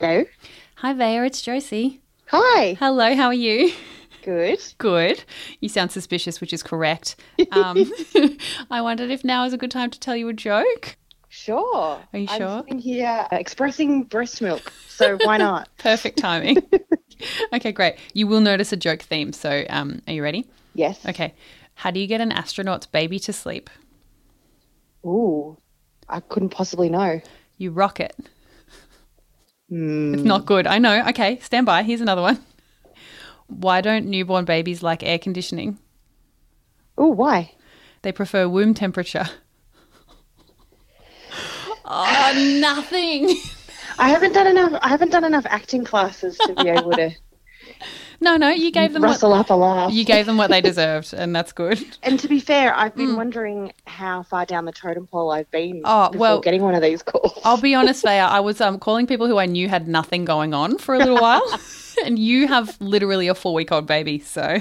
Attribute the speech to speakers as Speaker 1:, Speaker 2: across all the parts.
Speaker 1: Hello.
Speaker 2: Hi, Vaya, it's Josie.
Speaker 1: Hi.
Speaker 2: Hello, how are you?
Speaker 1: Good.
Speaker 2: Good. You sound suspicious, which is correct. Um, I wondered if now is a good time to tell you a joke.
Speaker 1: Sure.
Speaker 2: Are you
Speaker 1: I'm
Speaker 2: sure?
Speaker 1: sitting here uh, expressing breast milk, so why not?
Speaker 2: Perfect timing. okay, great. You will notice a joke theme. So, um, are you ready?
Speaker 1: Yes.
Speaker 2: Okay. How do you get an astronaut's baby to sleep?
Speaker 1: Ooh, I couldn't possibly know.
Speaker 2: You rock it.
Speaker 1: Hmm.
Speaker 2: It's not good. I know. Okay, stand by. Here's another one. Why don't newborn babies like air conditioning?
Speaker 1: Ooh, why?
Speaker 2: They prefer womb temperature. oh, nothing.
Speaker 1: I haven't done enough. I haven't done enough acting classes to be able to
Speaker 2: No, no, you gave them what,
Speaker 1: rustle up a laugh.
Speaker 2: you gave them what they deserved, and that's good.
Speaker 1: And to be fair, I've been wondering how far down the totem pole I've been
Speaker 2: Hmm. Oh,
Speaker 1: before
Speaker 2: well-
Speaker 1: getting one of these calls.
Speaker 2: I'll be honest, Vaya, I was um, calling people who I knew had nothing going on for a little while, and you have literally a four-week-old baby, so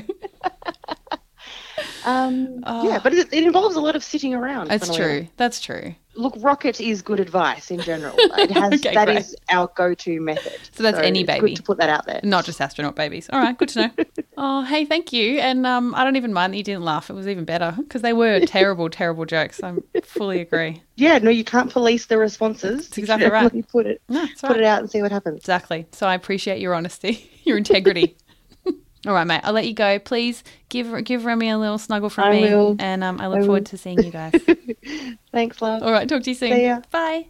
Speaker 1: Um,
Speaker 2: Oh.
Speaker 1: Yeah, but it, it involves a lot of sitting around.
Speaker 2: that's
Speaker 1: funnily
Speaker 2: true. That's true.
Speaker 1: Look, rocket is good advice in general. It has that is
Speaker 2: Okay, great.
Speaker 1: our go-to method.
Speaker 2: So that's any
Speaker 1: it's
Speaker 2: baby.
Speaker 1: Good to put that out there.
Speaker 2: Not just astronaut babies. All right, good to know. oh, hey, thank you. And um, I don't even mind that you didn't laugh. It was even better because they were terrible, terrible jokes. I fully agree.
Speaker 1: Yeah, no, you can't police the responses.
Speaker 2: That's exactly
Speaker 1: you can
Speaker 2: right.
Speaker 1: only Put it,
Speaker 2: No, it's all
Speaker 1: put
Speaker 2: right.
Speaker 1: it out and see what happens.
Speaker 2: Exactly. So I appreciate your honesty, your integrity. all right, mate. I'll let you go. Please give give Remy a little snuggle from
Speaker 1: I
Speaker 2: me,
Speaker 1: will.
Speaker 2: and um, I
Speaker 1: I
Speaker 2: look
Speaker 1: will.
Speaker 2: forward to seeing you guys.
Speaker 1: Thanks, love.
Speaker 2: all right, talk to you soon.
Speaker 1: See ya.
Speaker 2: Bye.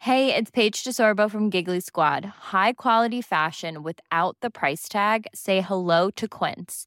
Speaker 3: Hey, it's Paige DeSorbo from Giggly Squad. High quality fashion without the price tag. Say hello to Quince.